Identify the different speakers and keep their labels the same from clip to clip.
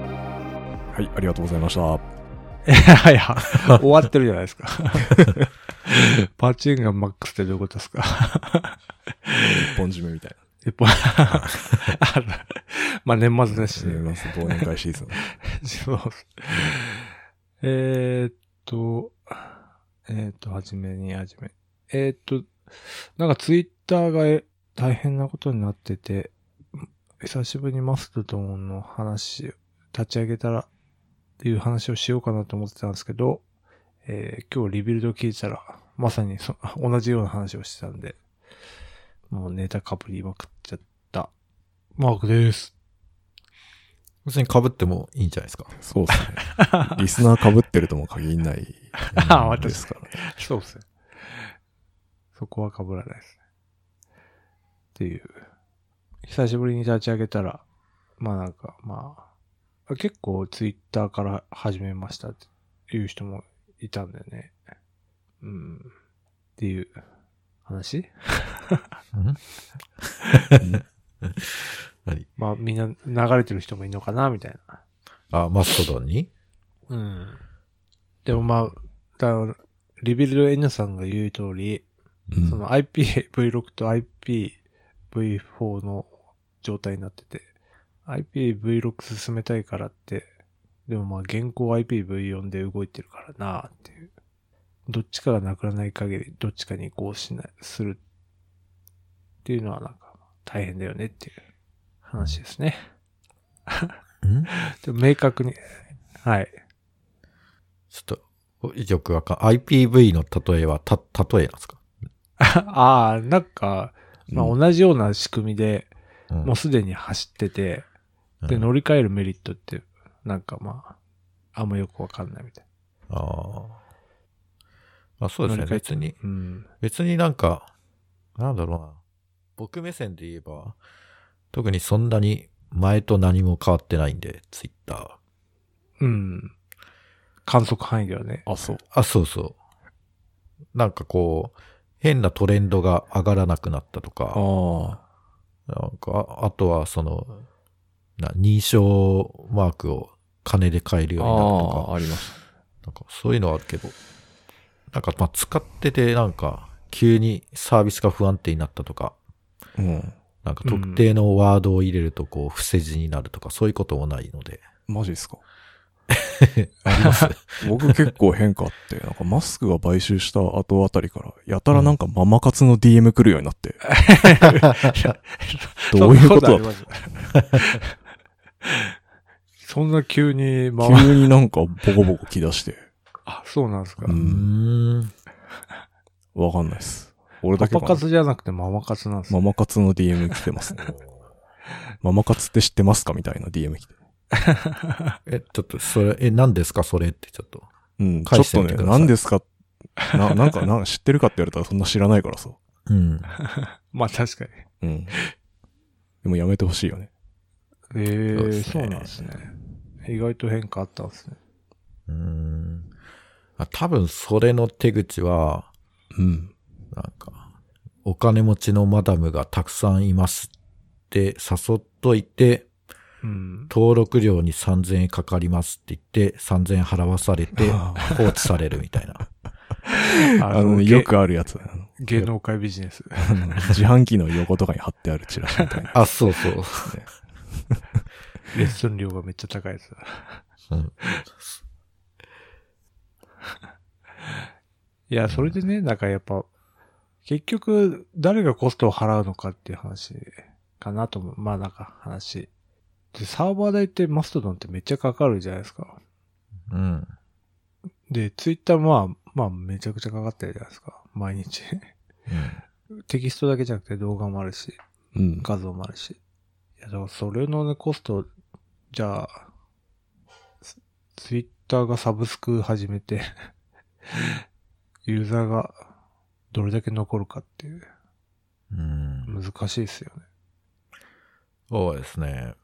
Speaker 1: はい、ありがとうございました。
Speaker 2: いやいや、 終わってるじゃないですか。パチンがマックスってどういうことですか
Speaker 1: 一本締めみたい
Speaker 2: 一本 あの まあ年末年
Speaker 1: な。
Speaker 2: 始
Speaker 1: 締めます。忘年会シーズン。
Speaker 2: そうっすえーっと、えーっと、はじめにはじめ。えーっと、なんかツイッターがえ大変なことになってて、久しぶりにマスクとの話、立ち上げたらっていう話をしようかなと思ってたんですけど、えー今日リビルド聞いたら、まさにそ同じような話をしてたんで、もうネタかぶりまくっちゃった。マーク です。
Speaker 3: 別に被ってもいいんじゃないですか。
Speaker 1: そうですね。リスナー被ってるとも限らない。
Speaker 2: あ私
Speaker 1: ですから ね。
Speaker 2: そうですね。そこは被らないですね。っていう。久しぶりに立ち上げたら、まあなんか、まあ、結構ツイッターから始めましたっていう人もいたんだよね。うん。っていう話
Speaker 3: 何
Speaker 2: まあみんな流れてる人もいるのかなみたいな。
Speaker 3: あ、マストドンに
Speaker 2: うん。でもまあ、だからリビルド N さんが言う通り、
Speaker 1: うん
Speaker 2: その IPv6 と IPv4 の状態になってて、IPv6 進めたいからって、でもまあ現行 IPv4 で動いてるからなあっていう。どっちかがなくならない限り、どっちかに移行しない、するっていうのはなんか大変だよねっていう話ですね。
Speaker 3: ん
Speaker 2: でも明確に、はい。
Speaker 3: ちょっと、よくわかん、IPV の例えは、た、例えなんですか
Speaker 2: ああ、なんか、まあ
Speaker 1: うん
Speaker 2: 同じような仕組みで、
Speaker 3: うん
Speaker 2: もうすでに走ってて、
Speaker 3: うん
Speaker 2: で、乗り換えるメリットって、なんかまあ、あんまよくわかんないみたい
Speaker 3: あーあ。そうで
Speaker 2: 乗
Speaker 3: すね。
Speaker 2: り換え
Speaker 3: 別に、
Speaker 2: な。うん。
Speaker 3: 別になんか、なんだろうな。僕目線で言えば、特にそんなに前と何も変わってないんで、ツイッター。
Speaker 2: うん。観測範囲ではね。
Speaker 1: あ、そう。
Speaker 3: あ、そうそう。なんかこう、変なトレンドが上がらなくなったとか。
Speaker 1: あ
Speaker 3: なんか、ああとは、その、な認証マークを金で買える
Speaker 1: あ。
Speaker 3: ようになると
Speaker 1: あ
Speaker 3: か
Speaker 1: あ、、あります。
Speaker 3: なんかそういうのはあるけど、なんか、まあ、使ってて、なんか、急にサービスが不安定になったとか、
Speaker 1: うん。
Speaker 3: なんか
Speaker 2: うん
Speaker 3: 特定のワードを入れると、こう、伏せ字になるとか、そういうこともないので。
Speaker 1: マジですか
Speaker 3: あります。
Speaker 1: 僕結構変化あって、なんかマスクが買収した後あたりから、やたらなんかママ活の DM 来るようにな って、どういうこと
Speaker 2: そん
Speaker 1: だ
Speaker 2: なありますそんな急に回る。
Speaker 1: 急になんかボコボコ来だして、
Speaker 2: あ、そうなんですか
Speaker 1: う。
Speaker 3: うー
Speaker 1: ん、
Speaker 3: ん。
Speaker 1: わかんないです。俺だ
Speaker 2: パ
Speaker 1: けか
Speaker 2: パ
Speaker 1: な
Speaker 2: 活じゃなくてママ活なんです
Speaker 1: マ
Speaker 2: ね
Speaker 1: マ活の DM 来てます ね。ママ活って知ってますかみたいな DM 来て。
Speaker 3: え、ちょっと、それ、え、何ですかそれって、ちょっと。
Speaker 1: うん、ちょ
Speaker 3: 返
Speaker 1: っ
Speaker 3: して
Speaker 1: と
Speaker 3: みて
Speaker 1: ね、
Speaker 3: ください
Speaker 1: 何ですかな、なんか、なんか知ってるかって言われたらそんな知らないからさ。
Speaker 3: うん。
Speaker 2: まあ確かに。
Speaker 1: うん。でもやめてほしいよね。
Speaker 2: ええ
Speaker 3: そうですね
Speaker 2: そうなんですね。意外と変化あったんですね。
Speaker 3: うーん。あ多分、それの手口は、
Speaker 1: うん。
Speaker 3: なんか、お金持ちのマダムがたくさんいますって誘っといて、
Speaker 2: うん。
Speaker 3: 登録料に3000円かかりますって言って、3000円払わされて、
Speaker 1: あ
Speaker 3: 放置されるみたいな。
Speaker 2: あ
Speaker 1: あの、
Speaker 2: げ
Speaker 1: よくあるやつだよな
Speaker 2: 芸能界ビジネス。
Speaker 1: あの自販機の横とかに貼ってあるチラシみたいな。
Speaker 3: あ、そうそう。
Speaker 2: レッスン料がめっちゃ高いやつだ。
Speaker 3: うん
Speaker 2: いや、それでね、なんかやっぱ、結局、誰がコストを払うのかっていう話かなと思う。まあなんか話。で、サーバー代ってマストドンってめっちゃかかるじゃないですか。
Speaker 3: うん。
Speaker 2: で、ツイッターまあ、まあめちゃくちゃかかってるじゃないですか。毎日。テキストだけじゃなくて動画もあるし、
Speaker 1: うん。
Speaker 2: 画像もあるし。いや、だからそれのね、コスト、じゃあ、ツツイッターがサブスク始めて、ユーザーがどれだけ残るかっていう。
Speaker 3: うん。うん。
Speaker 2: 難しいですよね。
Speaker 3: そうですね。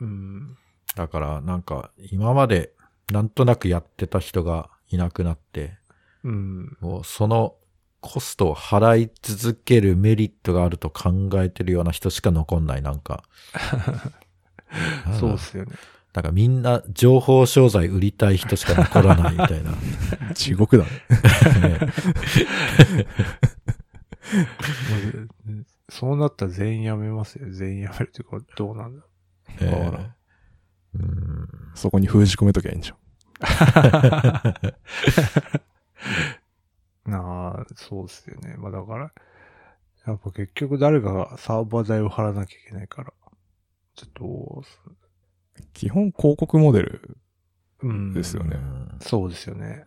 Speaker 2: うん。
Speaker 3: だから、なんか、今まで、なんとなくやってた人がいなくなって、
Speaker 2: うん。。
Speaker 3: もうそのコストを払い続けるメリットがあると考えてるような人しか残んない、なんか
Speaker 2: そうっすよね。
Speaker 3: なんかみんな情報商材売りたい人しか残らないみたいな。
Speaker 1: 地獄だね。
Speaker 3: ね
Speaker 2: もうそうなったら全員辞めますよ。全員辞めるというか、どうなんだろ
Speaker 3: え
Speaker 1: あら
Speaker 3: ーうん
Speaker 1: そこに封じ込めときゃいいんじゃん。
Speaker 2: う。なあ、そうですよね。まあだから、やっぱ結局誰かがサーバー代を払わなきゃいけないから、ちょっ
Speaker 1: 基本広告モデル
Speaker 2: と、うん。
Speaker 1: ですよね。
Speaker 2: そうですよね。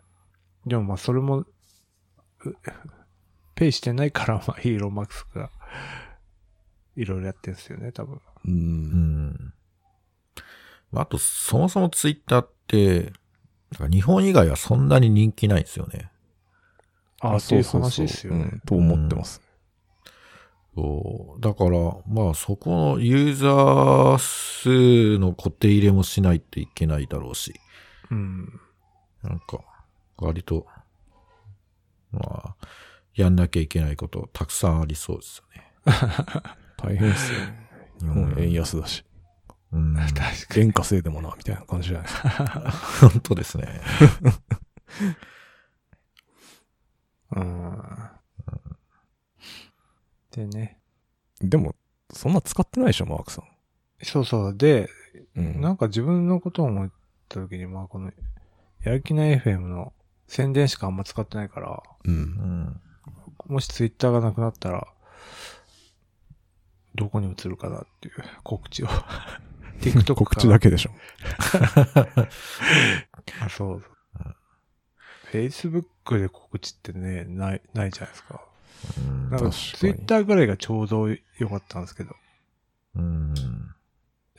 Speaker 2: でもまあそれも、うペイしてないから、 まあイーロンマックスが、いろいろやってんすよね、多分。
Speaker 1: う。
Speaker 3: うんん。まああと、そもそもツイッターって、なんか日本以外はそんなに人気ないんですよね。
Speaker 2: ああ、そういう話ですよね
Speaker 1: うん。と思ってます。
Speaker 3: そう。だから、まあそこのユーザー数の固定入れもしないといけないだろうし。
Speaker 2: うん。
Speaker 3: なんか、割と、まあ、やんなきゃいけないこと、たくさんありそうですよね。
Speaker 1: 大変ですよね。日本円安だし、
Speaker 3: うん。
Speaker 2: 確かに。
Speaker 1: 円稼いでもな、みたいな感じじゃないですか。
Speaker 3: 本当ですね。
Speaker 2: うん。でね。
Speaker 1: でも、そんな使ってないでしょ、マークさ
Speaker 2: そうそう。で、
Speaker 1: ん。うん。
Speaker 2: なんか自分のことを思った時に、まあこの、やる気ない FM の宣伝しかあんま使ってないから、
Speaker 1: う。
Speaker 3: うんん。
Speaker 2: もしツイッターがなくなったら、どこに移るかなっていう 告知を。TikTok か
Speaker 1: 告知だけでしょ。
Speaker 2: あ、そうそう
Speaker 3: うん。
Speaker 2: Facebook で告知ってね、ない、ないじゃないですか。
Speaker 3: うん
Speaker 2: なん
Speaker 1: 確
Speaker 2: か
Speaker 1: かに
Speaker 2: Twitter ぐらいがちょうど良かったんですけど、
Speaker 3: うん。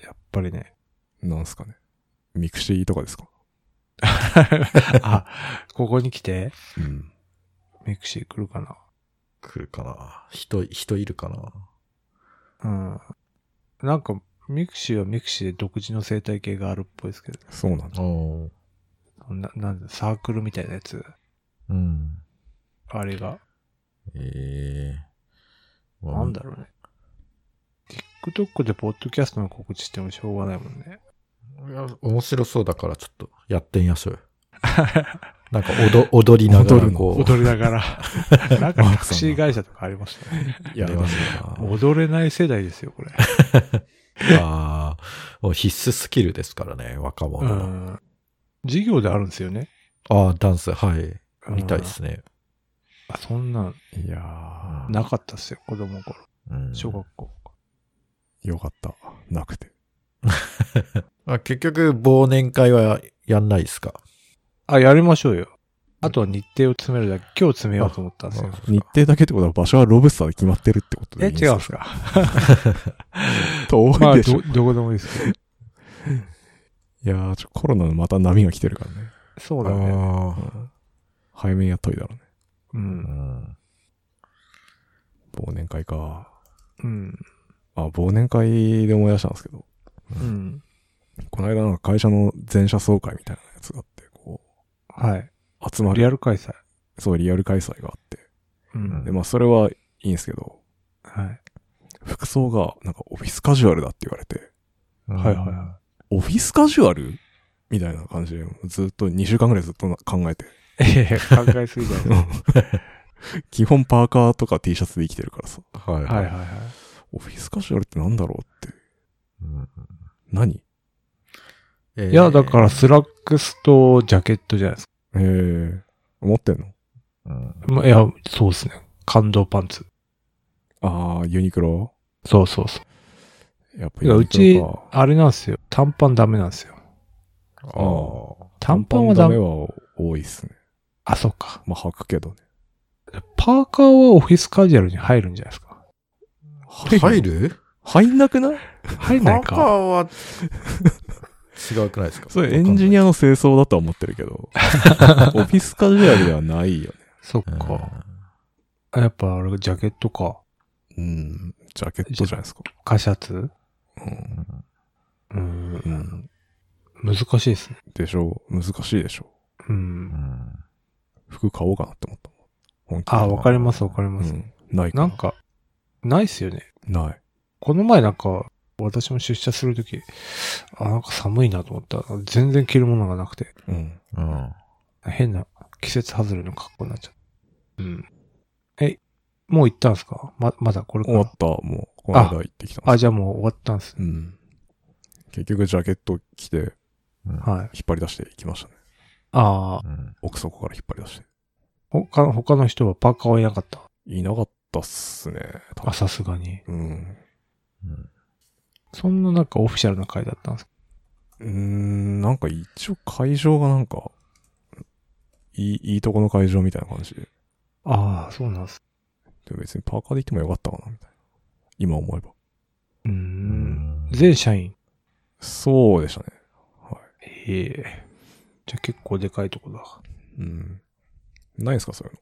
Speaker 2: やっぱりね。
Speaker 1: なんすかね。ミクシーとかですか
Speaker 2: あ、ここに来て、
Speaker 1: うん。
Speaker 2: ミクシー来るかな。
Speaker 3: 来るかな。人、人いるかな。
Speaker 2: うん。なんか、ミクシーはミクシーで独自の生態系があるっぽいですけど、
Speaker 1: そうなんだ。
Speaker 3: おー
Speaker 2: な、なんだ、サークルみたいなやつ、
Speaker 3: うん。
Speaker 2: あれが、
Speaker 3: ええまあ
Speaker 2: なんだろうね。TikTok でポッドキャストの告知してもしょうがないもんね。
Speaker 3: いや面白そうだからちょっとやってみま しょうよ。なんか踊踊りなが
Speaker 1: 踊
Speaker 3: ら
Speaker 1: るの
Speaker 3: こう。
Speaker 2: 踊りな がら。なんかタクシー会社とかありましたね。
Speaker 3: やりますよ
Speaker 2: 踊れない世代ですよ、これ。
Speaker 3: ああ、もう必須スキルですからね、若
Speaker 2: う
Speaker 3: 者の。
Speaker 2: ん。授業であるんですよね。
Speaker 3: ああ、ダンス、はい。
Speaker 2: うん
Speaker 3: みたいで。すね。
Speaker 2: あそんなん、
Speaker 1: いや
Speaker 2: なかったっすよ、子供の頃。
Speaker 3: うん
Speaker 2: 小学校。
Speaker 1: ー、よかった。なくて。
Speaker 3: あ結局、忘年会はやんないですか
Speaker 2: あ、やりましょうよ。あとは日程を詰めるだけ、今日詰めようと思ったんですよ。
Speaker 1: 日程だけってことは場所はロブスターで決まってるってことで
Speaker 2: え、
Speaker 1: いいんです
Speaker 2: 違うん
Speaker 1: か
Speaker 2: すか
Speaker 1: 遠
Speaker 2: ま
Speaker 1: い
Speaker 2: あ、
Speaker 1: でしょ。
Speaker 2: ど、どこでもいいですけ
Speaker 1: い
Speaker 2: ど。
Speaker 1: やー、ちょコロナのまた波が来てるからね。
Speaker 2: そうだね。
Speaker 3: あ
Speaker 1: うん早めにやっといたらね。
Speaker 2: う。
Speaker 3: あ。うんん。
Speaker 1: 忘年会か。
Speaker 2: うん。
Speaker 1: あ、忘年会で思い出したんですけど、
Speaker 2: うん。
Speaker 1: この間なんか会社の全社総会みたいなやつがあって、こ
Speaker 2: はい。
Speaker 1: う、集ま
Speaker 2: リ
Speaker 1: る、
Speaker 2: アル開催。
Speaker 1: そう、リアル開催があって。
Speaker 2: う
Speaker 1: で、
Speaker 2: ん。
Speaker 1: まあ、それはいいんですけど、
Speaker 2: はい。
Speaker 1: 服装が、なんかオフィスカジュアルだって言われて、
Speaker 2: はいはいは
Speaker 1: オフィスカジュアルみたいな感じで、ずっと2週間ぐらいずっとな考えて。
Speaker 2: い。いやいや、考えすぎじゃないです
Speaker 1: 基本パーカーとか T シャツで生きてるからさ、
Speaker 3: い。はい
Speaker 2: か。はいはい
Speaker 3: はい。
Speaker 2: はい。
Speaker 1: オフィスカジュアルってなんだろうって、
Speaker 3: うん
Speaker 1: 何
Speaker 3: えー
Speaker 2: いや、だから、スラックスとジャケットじゃないですか。
Speaker 1: えー、持ってんの
Speaker 3: うん
Speaker 2: ま、いや、そうですね。感動パンツ。
Speaker 1: あー、ユニクロ
Speaker 2: そうそうそ
Speaker 1: やっぱ
Speaker 2: う。いや、
Speaker 1: ユ
Speaker 2: う
Speaker 1: ニク
Speaker 2: ち
Speaker 1: ロか、。
Speaker 2: あれなんですよ。短パンダメなんですよ。
Speaker 3: ああ。
Speaker 2: 短パンはダメ。
Speaker 1: 短は多いっすね。
Speaker 2: あ、そうか。
Speaker 1: まあ、履くけどね。
Speaker 2: パーカーはオフィスカジュアルに入るんじゃないですか。
Speaker 3: 入る
Speaker 1: 入んなくない
Speaker 2: 入ん
Speaker 3: パ
Speaker 2: ない
Speaker 3: ーカー
Speaker 2: か。
Speaker 3: は、違うくないです か
Speaker 1: それエンジニ
Speaker 3: ア。
Speaker 1: アの清掃だとは思ってるけ ど、オフィスカジュアルではないよね。
Speaker 2: そっ
Speaker 3: うん
Speaker 2: か。やっぱあれ、ジャケットか。
Speaker 1: うん。ジャケットじゃないですか。
Speaker 2: カシャツ
Speaker 1: うん。
Speaker 2: うん。
Speaker 1: うん。
Speaker 2: 難しいですね。
Speaker 1: でしょう。難しいでしょ
Speaker 2: う。
Speaker 3: うんん
Speaker 1: う。服買おうかなって思ったもん。本気で
Speaker 2: あ、わかりますわかります。
Speaker 1: うん。ないか
Speaker 2: な
Speaker 1: なん
Speaker 2: か、ないっすよね。
Speaker 1: ない。
Speaker 2: この前なんか、私も出社するとき、あ、なんか寒いなと思ったら、全然着るものがなくて、
Speaker 1: うん。
Speaker 3: うん。
Speaker 2: 変な季節外れの格好になっちゃった。うん。え、もう行ったんすかま、まだこれか
Speaker 1: 終わ
Speaker 2: ら
Speaker 1: っ。た、もう、この間行ってきたんです
Speaker 2: あ、じゃあもう終わったんすね。
Speaker 1: うん。結局、ジャケット着て、
Speaker 3: うん
Speaker 2: は
Speaker 1: 引
Speaker 2: い。
Speaker 1: っ張り出していきましたね。
Speaker 2: ああ、
Speaker 3: うん
Speaker 1: 奥底から引っ張り出して。
Speaker 2: 他の、他の人はパーカーはいなかった。
Speaker 1: いなかったっすね。多分
Speaker 2: あ、さすがに。
Speaker 1: うん。
Speaker 3: うん
Speaker 2: そんななんかオフィシャルな回だったんですか
Speaker 1: うーん、なんか一応会場がなんか、いい、いいとこの会場みたいな感じで。
Speaker 2: ああ、そうなんです。
Speaker 1: でも別にパーカーで行ってもよかったかな、みたいな。今思えば。
Speaker 2: うーん。
Speaker 3: ぜ
Speaker 2: 全社員。
Speaker 1: そうでしたね。はい。
Speaker 2: へえ。じゃあ結構でかいとこだ。
Speaker 1: うん。ないですか、そういう
Speaker 2: い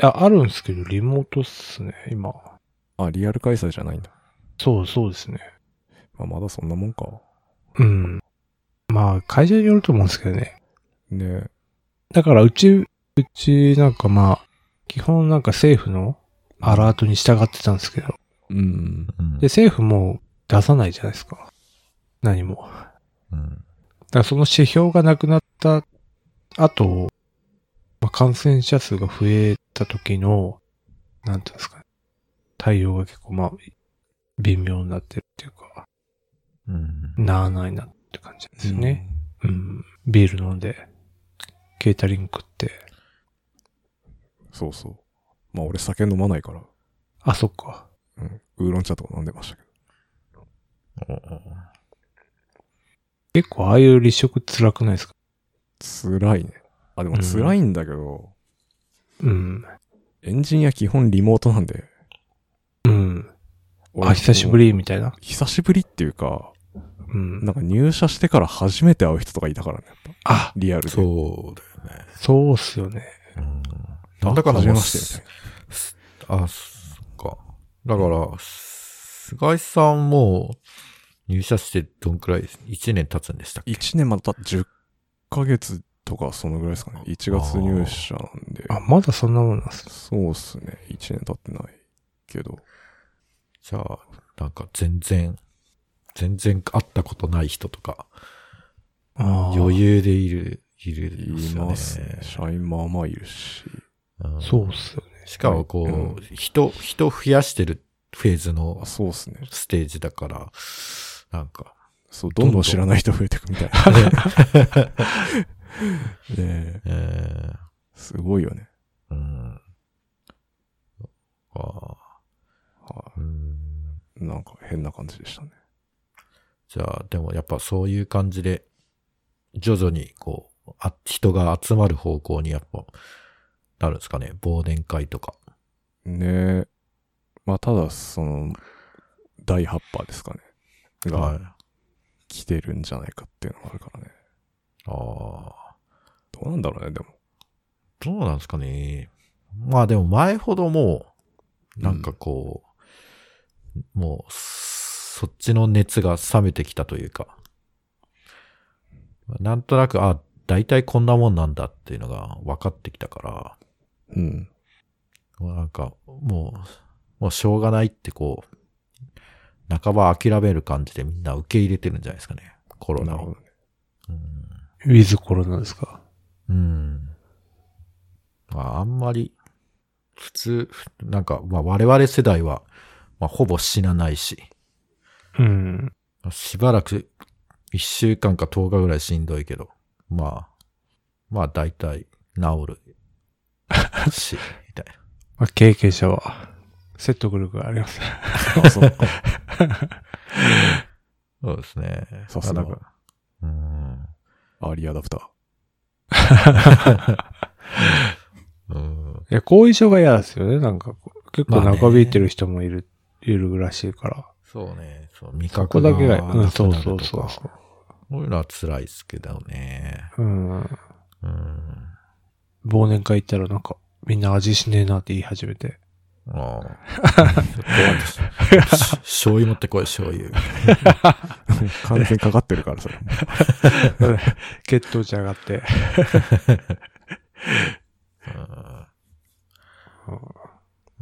Speaker 2: や、あるんですけど、リモートっすね、今。
Speaker 1: の。あ、リアル開催じゃないんだ。
Speaker 2: そうそうですね。
Speaker 1: まあ、まだそんなもんか。
Speaker 2: うん。まあ、会社によると思うんですけどね。
Speaker 1: ね
Speaker 2: だから、うち、うちなんかまあ、基本なんか政府のアラートに従ってたんですけど、
Speaker 1: うん。
Speaker 3: うん
Speaker 2: で、政府も出さないじゃないですか。何も。
Speaker 3: うん
Speaker 2: だからその指標がなくなった後、まあ、感染者数が増えた時の、なんていうんですかね、対応が結構まあ、微妙になってるっていうか、
Speaker 3: うん
Speaker 2: なあなあになってる感じですよね。うん、ビール飲んで、ケータリング食って、
Speaker 1: うん。そうそう。まあ、俺酒飲まないから、
Speaker 2: あ、そっか。
Speaker 1: うん。ウーロン茶とか飲んでましたけ
Speaker 3: おお
Speaker 2: 結構ああいう立食辛くないですか
Speaker 1: ど。辛いね。あ、でも辛いんだけど、
Speaker 2: うん。
Speaker 1: エンジニア基本リモートなんで。
Speaker 2: うん。
Speaker 1: 俺
Speaker 2: あ、久しぶ。りみたいな。
Speaker 1: 久しぶりっていうか、
Speaker 2: うん。
Speaker 1: なんか入社してから初めて会う人とかいたからね、やっぱ。
Speaker 2: あ、
Speaker 1: リアルで。
Speaker 3: そうだよね。
Speaker 2: そうっすよね。
Speaker 3: うん
Speaker 1: な
Speaker 3: なんん
Speaker 1: だか
Speaker 3: だか
Speaker 1: ん
Speaker 3: ん
Speaker 1: だ
Speaker 3: だ
Speaker 1: もう初め
Speaker 3: もう
Speaker 1: ましてみたい
Speaker 3: すあ、そっか。だから、菅井さんも入社してどんくらい ?1 年経つんでしたっけ
Speaker 1: な。1年また10ヶ月とかそのぐらいですかね。1月入社なんで。
Speaker 2: あ、まだそんなもんなんすね
Speaker 1: そうっすね。1年経ってないけど。
Speaker 3: じゃあ、なんか全然、全然会ったことない人とか、
Speaker 2: あー
Speaker 3: 余裕でいる、いるんで
Speaker 1: い
Speaker 3: すよね。
Speaker 1: ますね。社員まあまあいるし。
Speaker 3: うん
Speaker 2: そうっすよね。
Speaker 3: しかもこう、
Speaker 1: うん
Speaker 3: 人、人増やしてるフェーズの
Speaker 1: あそうっすね。
Speaker 3: ステージだから、なんか、
Speaker 1: そう、どんどん知らない人増えてくみたいな。
Speaker 3: ね
Speaker 1: ねえ
Speaker 3: え
Speaker 1: すごいよね。
Speaker 3: ーうん。あ
Speaker 1: は
Speaker 3: ーうん
Speaker 1: い。なんか変な感じでしたね。
Speaker 3: じゃあ、でもやっぱそういう感じで、徐々にこう、あ人が集まる方向にやっぱ、なるんですかね。忘年会とか。
Speaker 1: ねえ。まあただ、その、第8波ですかね。が
Speaker 3: あ
Speaker 1: 来てるんじゃないかっていうのがあるからね。
Speaker 3: あー。
Speaker 1: どうなんだろうね、でも。
Speaker 3: どうなんですかね。まあでも前ほどもう、なんかこう、もう、そっちの熱が冷めてきたというか、なんとなく、あ、大体こんなもんなんだっていうのが分かってきたから、
Speaker 1: うん。
Speaker 3: もうなんか、もう、もうしょうがないってこう、半ば諦める感じでみんな受け入れてるんじゃないですかね。コロ
Speaker 1: な
Speaker 3: ナ
Speaker 1: るほ
Speaker 3: を
Speaker 1: ど。ね。
Speaker 3: うん
Speaker 2: ウィズコロナですか。
Speaker 3: うん。まあ、あんまり、普通、なんか、まあ、我々世代は、まあ、ほぼ死なないし、
Speaker 2: うん。
Speaker 3: まあしばらく、1週間か10日ぐらいしんどいけど、まあ、まあ、大体、治るし、みたい
Speaker 2: まあ、経験者は、説得力があります。
Speaker 1: あ、そっか。
Speaker 3: な。そうですね。
Speaker 1: さすが
Speaker 3: まあなんかうん。
Speaker 1: アーリーアダプター。
Speaker 3: うん。
Speaker 2: いや、後遺症が嫌ですよね。なんか、結構
Speaker 3: まあね
Speaker 2: 長引いてる人もいる、いるらしいから。
Speaker 3: そうね。そう、味
Speaker 2: こ
Speaker 3: 覚
Speaker 2: こ
Speaker 3: が
Speaker 2: だけが、
Speaker 3: なく
Speaker 2: う、
Speaker 3: なんる
Speaker 2: そ
Speaker 3: と
Speaker 2: うそ
Speaker 3: か
Speaker 2: うそうそ
Speaker 3: こういうのは辛いですけどね。
Speaker 2: う。うん。
Speaker 3: うん。
Speaker 2: 忘年会行ったらなんか、みんな味しねえなって言い始め て。
Speaker 3: ああ。怖いですし醤油持ってこい、醤油。
Speaker 1: 完全にかかってる から、それ。
Speaker 2: 血糖値上がって。
Speaker 3: うん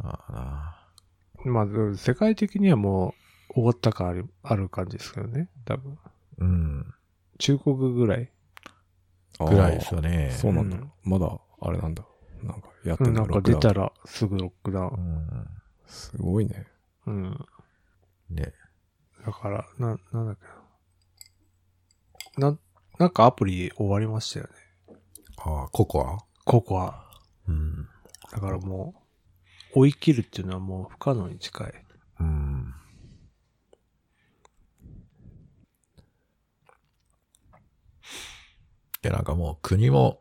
Speaker 3: ああな
Speaker 2: まあ、世界的にはも終わった感ある、ある感じですけどね。多分。
Speaker 3: うん。
Speaker 2: 中国ぐらい。
Speaker 3: ぐらいですよね
Speaker 1: あー。そうなんだ。
Speaker 2: うん
Speaker 1: まだ、あれなんだ。なんか、やって
Speaker 2: うんん、
Speaker 1: だ、
Speaker 2: なんか
Speaker 1: ロック
Speaker 2: 出
Speaker 1: ダウン
Speaker 2: たらすぐロックダウ
Speaker 3: う
Speaker 2: ン。
Speaker 3: ん。
Speaker 1: すごいね。
Speaker 2: うん。
Speaker 3: ね。
Speaker 2: だから、な、なんだっけな。な、なんかアプリ終わりましたよね。
Speaker 3: ああ、ココア
Speaker 2: ここは。
Speaker 3: うん。
Speaker 2: だからもう、追い切るっていうのはもう不可能に近い。
Speaker 3: うん。で、なんかもう国も、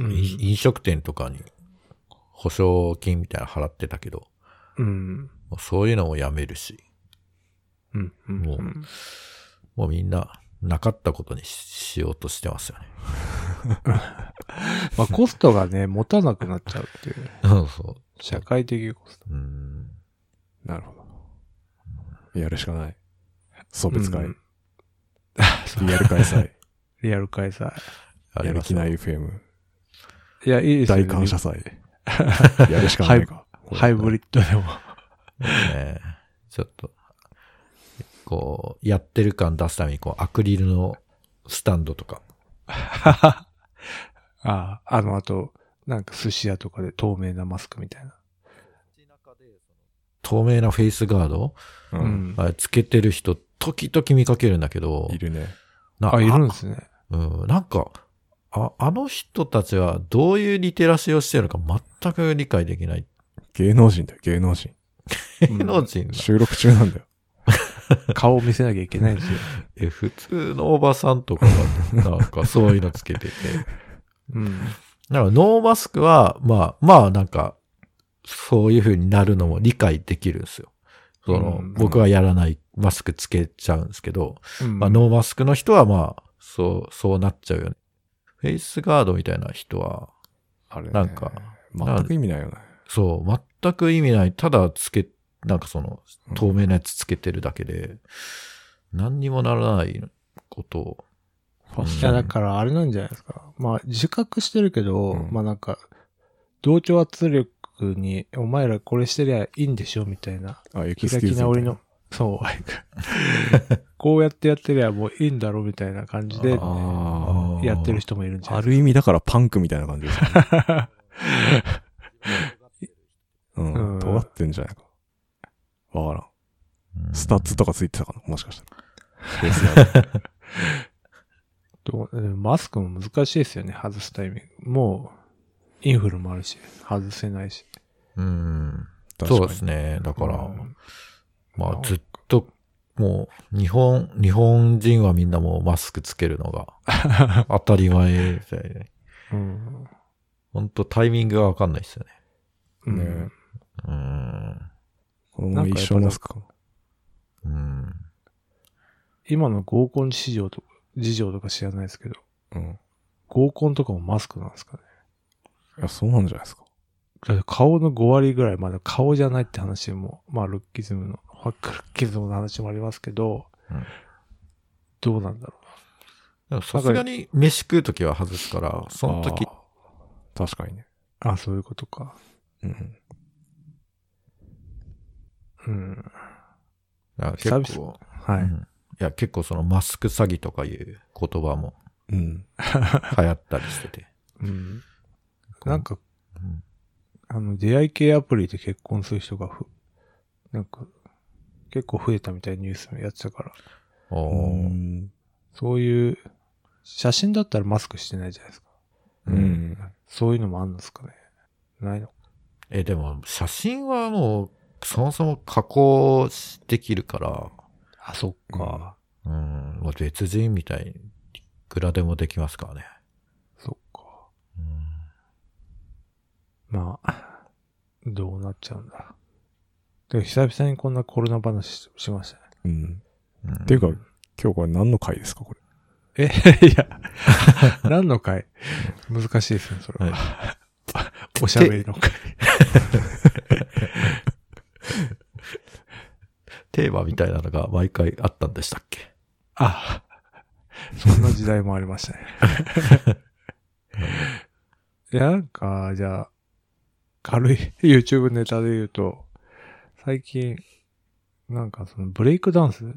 Speaker 2: うん
Speaker 3: い飲食店とかに保証金みたいなの払ってたけど、
Speaker 2: うん。
Speaker 3: もうそういうのもやめるし、
Speaker 2: うん。うん
Speaker 3: もう
Speaker 2: うん
Speaker 3: もうみんななかったことにししようとしてますよね。
Speaker 2: まあコストがね、持たなくなっちゃうっていう。
Speaker 3: そうそ
Speaker 2: 社会的コスト。
Speaker 3: う。うん。
Speaker 1: なるほど。やるしかない。送別会。
Speaker 2: うん
Speaker 1: リアル開 催。
Speaker 2: リアル開催。
Speaker 1: やる気ない FM。
Speaker 2: いや、いいですよね。
Speaker 1: 大感謝祭。 やるしかないか。
Speaker 2: ハイブリッドでも。
Speaker 3: ね、ちょっと、こう、やってる感出すために、こう、アクリルのスタンドとか。
Speaker 2: ああ、あの、あと、なんか寿司屋とかで透明なマスクみたいな。
Speaker 3: 透明なフェイスガード、
Speaker 1: う。
Speaker 2: うんん。
Speaker 3: あれつけてる人、時々見かけるんだけど、
Speaker 1: いるね。
Speaker 3: な
Speaker 2: あ、いるんですね。
Speaker 3: うん、なんか、ああの人たちはどういうリテラシーをしてるのか全く理解できない。
Speaker 1: 芸能人だよ、芸能人。
Speaker 2: うん
Speaker 3: 芸能人が
Speaker 1: 収録中なんだよ。
Speaker 2: 顔を見せなきゃいけないんですよ。
Speaker 3: え普通のおばさんとかが、なんかそういうのつけてて。
Speaker 2: うん。
Speaker 3: なんかノーマスクは、まあ、まあなんか、そういう風になるのも理解できるんですよ。その、
Speaker 2: うん
Speaker 3: 僕はやらないマスクつけちゃうんですけど、
Speaker 2: うん
Speaker 3: まあノーマスクの人はまあ、そう、そうなっちゃうよね。フェイスガードみたいな人は、
Speaker 1: あれね
Speaker 3: なんか。
Speaker 1: 全く意味ないよね。
Speaker 3: そう、全く意味ない。ただつけ、なんかその、透明なやつつけてるだけで、何にもならないことを。
Speaker 1: ファッ
Speaker 2: い
Speaker 1: シ
Speaker 2: や、
Speaker 1: ョ
Speaker 2: だ
Speaker 1: ン。
Speaker 2: からあれなんじゃないですか。まあ、自覚してるけど、
Speaker 1: うん
Speaker 2: まあなんか、同調圧力に、お前らこれしてりゃいいんでしょみたいな。
Speaker 1: あ、エクス
Speaker 2: 開
Speaker 1: キューズみた
Speaker 2: き
Speaker 1: いな。
Speaker 2: 直りの、そう。 こうやってやってりゃもういいんだろみたいな感じで、
Speaker 1: あ
Speaker 2: やってる人もいるんじゃ
Speaker 1: あ。
Speaker 2: な
Speaker 1: あ
Speaker 2: いです
Speaker 1: る意味だからパンクみたいな感じですよね。
Speaker 2: か。
Speaker 1: う。
Speaker 2: うんん
Speaker 1: 尖ってんじゃないか。わからん。
Speaker 3: うん
Speaker 1: スタッツとかついてたかなもしかしたら。
Speaker 2: ど うでもマスクも難しいですよね、外すタイミング。もう、インフルもあるし、外せないし。
Speaker 3: うん。
Speaker 1: 確
Speaker 3: そ
Speaker 1: か
Speaker 3: う
Speaker 1: に
Speaker 3: ですね。だから、
Speaker 2: うん
Speaker 3: ま
Speaker 2: なん
Speaker 3: あ
Speaker 2: か
Speaker 3: ずっと、もう、日本、日本人はみんなもうマスクつける のが当たり前みたいで。
Speaker 2: うん。
Speaker 3: ほんとタイミングがわかんないですよね。
Speaker 2: うん
Speaker 1: ね
Speaker 3: うーん。
Speaker 1: このまま一生マスクか。
Speaker 3: うん。
Speaker 2: 今の合コン市場とか、事情とか知らないですけど、
Speaker 1: うん。
Speaker 2: 合コンとかもマスクなんですかね。
Speaker 1: いや、そうなんじゃないですか。
Speaker 2: だって顔の5割ぐらいまだ顔じゃないって話も、まあルッキズムの、ファックルッキズムの話もありますけど、
Speaker 3: うん
Speaker 2: どうなんだろ
Speaker 3: でもさすがに飯食うときは外すから、その時
Speaker 1: あ、ー。確かにね。
Speaker 2: う。あ、そういうことか。
Speaker 1: うん。
Speaker 2: うん。
Speaker 3: なんか
Speaker 2: 久
Speaker 3: 結構、
Speaker 2: はい。
Speaker 3: うんいや結構そのマスク詐欺とかいう言葉 も
Speaker 1: うん。
Speaker 3: 流行ったりしてて。
Speaker 2: うん。なんか、
Speaker 3: うん
Speaker 2: あの、出会い系アプリで結婚する人がふ、なんか、結構増えたみたいなニュースもやってたから、
Speaker 1: う
Speaker 3: おー
Speaker 1: ん。
Speaker 2: そういう、写真だったらマスクしてないじゃないですか。
Speaker 1: うん。
Speaker 2: そういうのもあるんですかね。ないの
Speaker 3: え、でも写真はもう、そもそも加工できるから、
Speaker 2: あ、そっか。
Speaker 3: うん、もう別人みたいに、いくらでもできますからね。
Speaker 2: そっか。
Speaker 3: うん
Speaker 2: まあ、どうなっちゃうんだ。でも久々にこんなコロナ話ししましたね。
Speaker 1: うん。
Speaker 3: うん
Speaker 1: っていうか、今日これ何の回ですかこれ。
Speaker 2: え、い や、何の回難しいですね、それは。おしゃべりの回。
Speaker 3: テーマみたいなのが毎回あったんでしたっけ
Speaker 2: あ、そんな時代もありましたね。 いや、なんか、じゃあ、軽い YouTube ネタで言うと、最近、なんかそのブレイクダンス
Speaker 3: う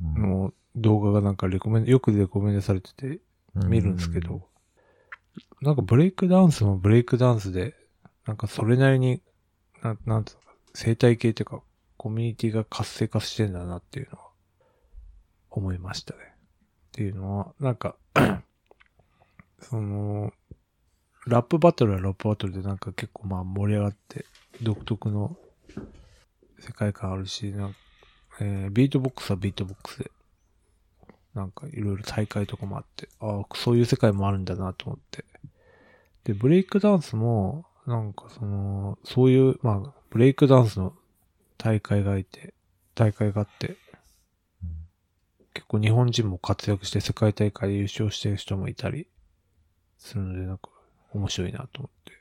Speaker 3: ん
Speaker 2: の動画がなんかレコメン、よくレコメンドされてて見るんですけど、。なんかブレイクダンスもブレイクダンスで、なんかそれなりに、なん、なんつうのか、生態系というか、コミュニティが活性化してんだなっていうのは、思いましたね。っていうのは、なんか、 その、ラップバトルはラップバトルでなんか結構まあ盛り上がって、独特の世界観あるし、なんか、えービートボックスはビートボックスで、なんかいろいろ大会とかもあって、ああ、そういう世界もあるんだなと思って。で、ブレイクダンスも、なんかその、そういう、まあ、ブレイクダンスの大会がいて、大会があって、結構日本人も活躍して世界大会で優勝してる人もいたりするので、なんか面白いなと思って。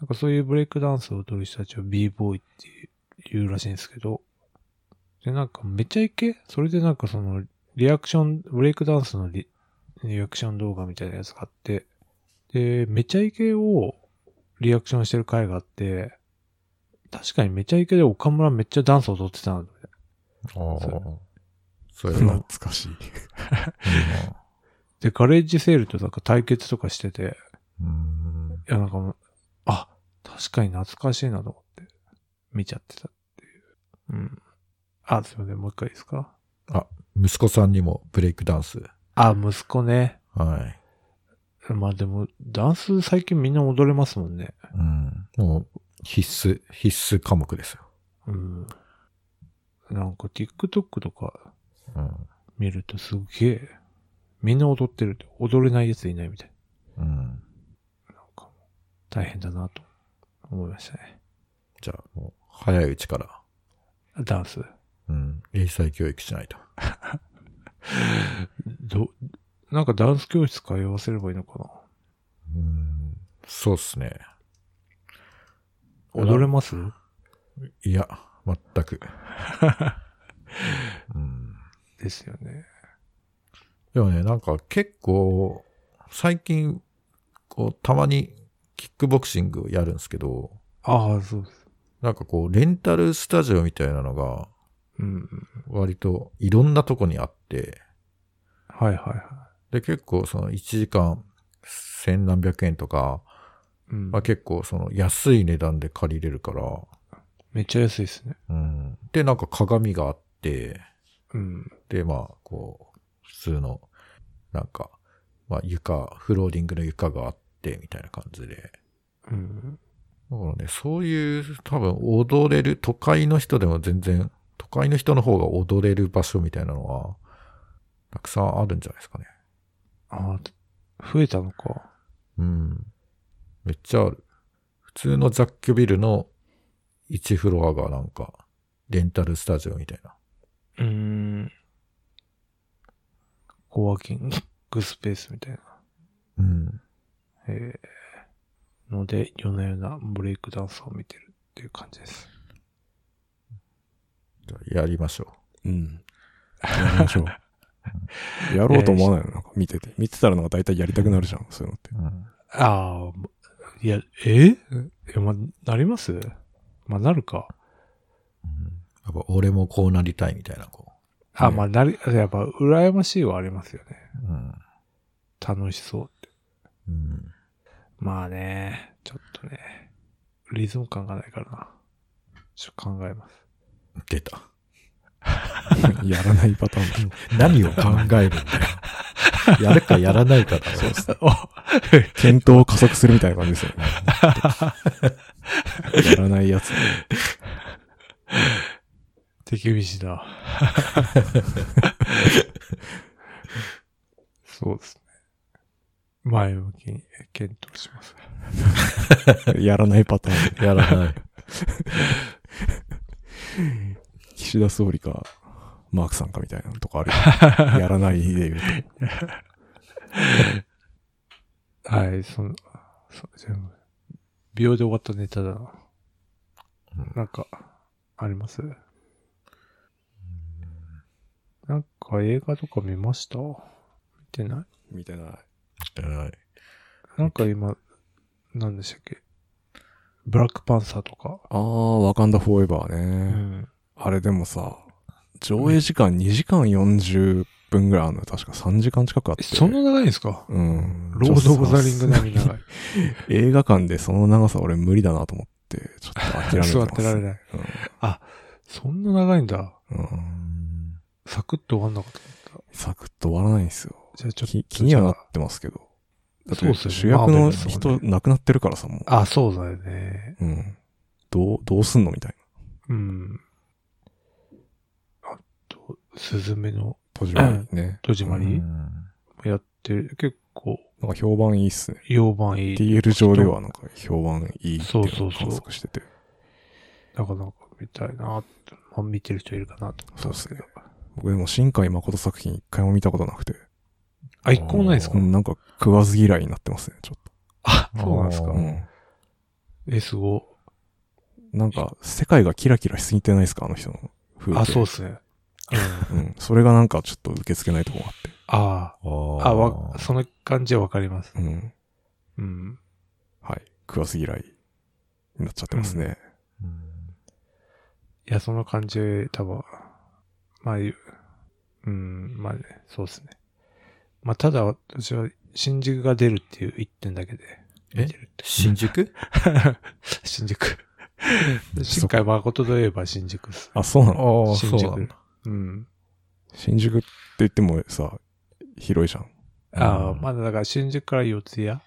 Speaker 2: なんかそういうブレイクダンスを踊る人たちを b ボーイって言うらしいんですけど、で、なんかめちゃイケそれでなんかその、リアクション、ブレイクダンスのリリアクション動画みたいなやつがあって、で、めちゃイケをリアクションしてる回があって、確かにめちゃイケで岡村めっちゃダンス踊ってたな、
Speaker 3: うんああ
Speaker 2: そ。
Speaker 3: そういう
Speaker 1: 懐
Speaker 3: の。
Speaker 1: かしい。
Speaker 2: で、ガレージセールとなんか対決とかしてて、
Speaker 3: うん
Speaker 2: いや、なんかもう、あ、確かに懐かしいなと思って、見ちゃってたっていう。うん。あ、すいません、もう一回いいですか
Speaker 3: 息子さんにもブレイクダンス。
Speaker 2: あ、息子ね。
Speaker 3: はい。
Speaker 2: まあでも、ダンス最近みんな踊れますもんね。
Speaker 3: うん。もう、必須、必須科目ですよ。
Speaker 2: うん。なんか TikTok とか
Speaker 3: うん。
Speaker 2: 見るとすげえ、みんな踊ってるって、踊れないやついないみたい。
Speaker 3: うん。
Speaker 2: なんか、大変だなと思いましたね。
Speaker 3: じゃあ、もう、早いうちから、
Speaker 2: ダンス。
Speaker 3: うん。英才教育しないと。
Speaker 2: ど、なんかダンス教室通わせればいいのかな
Speaker 3: うん。そうっすね。
Speaker 2: 踊れます
Speaker 3: いや、全く。 うん。
Speaker 2: ですよね。
Speaker 3: でもね、なんか結構、最近、こう、たまにキックボクシングをやるんですけど、
Speaker 2: ああ、そうです。
Speaker 3: なんかこう、レンタルスタジオみたいなのが、
Speaker 2: うん。
Speaker 3: 割といろんなとこにあって、
Speaker 2: はいはいはい。
Speaker 3: で、結構その1時間千何百円とか、
Speaker 2: うん
Speaker 3: まあ、結構その安い値段で借りれるから、
Speaker 2: めっちゃ安いですね。
Speaker 3: うん。で、なんか鏡があって、
Speaker 2: うん。
Speaker 3: で、まあ、こう、普通の、なんか、まあ床、フローリングの床があって、みたいな感じで、
Speaker 2: うん。
Speaker 3: だからね、そういう多分踊れる、都会の人でも全然、都会の人の方が踊れる場所みたいなのは、たくさんあるんじゃないですかね。
Speaker 2: ああ、増えたのか。
Speaker 3: うん。めっちゃある。普通の雑居ビルの1フロアがなんか、レンタルスタジオみたいな。
Speaker 2: うーん。コワーキングスペースみたいな。
Speaker 3: うん。
Speaker 2: えー、ので、夜な夜なブレイクダンスを見てるっていう感じです。
Speaker 3: じゃあやりましょ
Speaker 1: うん。やりましょう。 やろうと思わないのなんか見てて。見てたらなんか大体やりたくなるじゃん、そういうのって。
Speaker 3: う。うん。
Speaker 2: ああ、いや、えいや、ま、なりますまあ、なるか。
Speaker 3: やっぱ俺もこうなりたいみたいな、こ
Speaker 2: あ、
Speaker 3: ね
Speaker 2: まあ、なり、やっぱ、羨ましいはありますよね。
Speaker 3: う。うん。
Speaker 2: 楽しそうって。
Speaker 3: うん。
Speaker 2: まあね、ちょっとね、リズム感がないからな。ちょっと考えます。
Speaker 3: 出た。
Speaker 1: やらないパターンだ。
Speaker 3: 何を考えるんだよ。やるかやらないかだろ。
Speaker 1: 検討を加速するみたいな感じですよね。 やらないやつ。
Speaker 2: 手厳しい な。そうですね。前向きに検討します。
Speaker 1: やらないパターン。
Speaker 3: やらない。
Speaker 1: 岸田総理か、マークさんかみたいなとこあるよ ね。やらないで言うと。
Speaker 2: はい、その、そ全部。秒で終わったネタだな。
Speaker 3: うん
Speaker 2: なんか、ありますなんか映画とか見ました見てない
Speaker 1: 見てない。
Speaker 3: やらない。
Speaker 2: なんか今、何でしたっけブラックパンサーとか。
Speaker 1: あー、ワカンダフォーエバー
Speaker 2: う
Speaker 1: ね。
Speaker 2: ん。
Speaker 1: あれでもさ、上映時間2時間40分ぐらいあるのよ確か3時間近くあって。
Speaker 2: その長いんですか
Speaker 1: うん。
Speaker 2: ロード・オブ・ザ・リング並み長い。
Speaker 1: 映画館でその長さ俺無理だなと思って、ちょっと諦めてます。
Speaker 2: 座ってられない。あ、そんな長いんだ。
Speaker 1: うん。うん
Speaker 3: うん
Speaker 2: サクッと終わんなかった。
Speaker 1: サクッと終わらないんですよ。
Speaker 2: じゃあちょっと
Speaker 1: き。気にはなってますけど。だっ
Speaker 2: そ
Speaker 1: て
Speaker 2: うっすよね
Speaker 1: 主役
Speaker 2: まあ
Speaker 1: の
Speaker 2: でもそう
Speaker 1: 人
Speaker 2: ね
Speaker 1: 亡くなってるからさ、もう。
Speaker 2: あ、そうだよね。
Speaker 1: うん。どう、どうすんのみたいな。
Speaker 2: うん。あと、スズメの
Speaker 1: 戸締まりね。
Speaker 2: 戸締ま
Speaker 1: う
Speaker 2: りやってる。結構、
Speaker 1: なんか評判いいっすね。
Speaker 2: 評判いい。
Speaker 1: DL 上ではなんか評判いいってい
Speaker 2: そう
Speaker 1: う
Speaker 2: そ
Speaker 1: のを
Speaker 2: うそう
Speaker 1: 観測してて。
Speaker 2: なかなか見たいなって。まあ、見てる人いるかなと思ったんだけど。
Speaker 1: 僕でも新海誠作品一回も見たことなくて、
Speaker 2: あ、一個もないですか
Speaker 1: うんなんか食わず嫌いになってますね、ちょっ
Speaker 2: あ、そうなんです
Speaker 1: と。
Speaker 2: か
Speaker 3: あ
Speaker 1: う
Speaker 3: ー。
Speaker 1: ん。
Speaker 2: え、すご。
Speaker 1: なんか世界がキラキラしすぎてないですか、あの人の風景。
Speaker 2: あ、そうっすね。うん。
Speaker 1: うん。それがなんかちょっと受け付けないとこがあって。
Speaker 2: ああ。あ、
Speaker 3: あ
Speaker 2: わ、
Speaker 3: わ、
Speaker 2: その感じはわかります。
Speaker 1: うん。
Speaker 2: うん。
Speaker 1: はい。食わず嫌いになっちゃってますね。
Speaker 3: うん
Speaker 2: いや、その感じ、多分、まあ、いううん、まあね、そうですね。まあ、ただ私は、新宿が出るっていう一点だけで。
Speaker 3: え
Speaker 2: 見てるって
Speaker 3: 新宿
Speaker 2: 新宿。新海誠といえば新宿っす。
Speaker 1: あ、そうなの
Speaker 3: ああ、
Speaker 2: 新
Speaker 3: そう
Speaker 2: 宿
Speaker 3: なんだ。。
Speaker 2: うん。
Speaker 1: 新宿って言ってもさ、広いじゃん。
Speaker 2: ああ、
Speaker 3: うん
Speaker 2: まだだから新宿から四ツ谷
Speaker 1: あ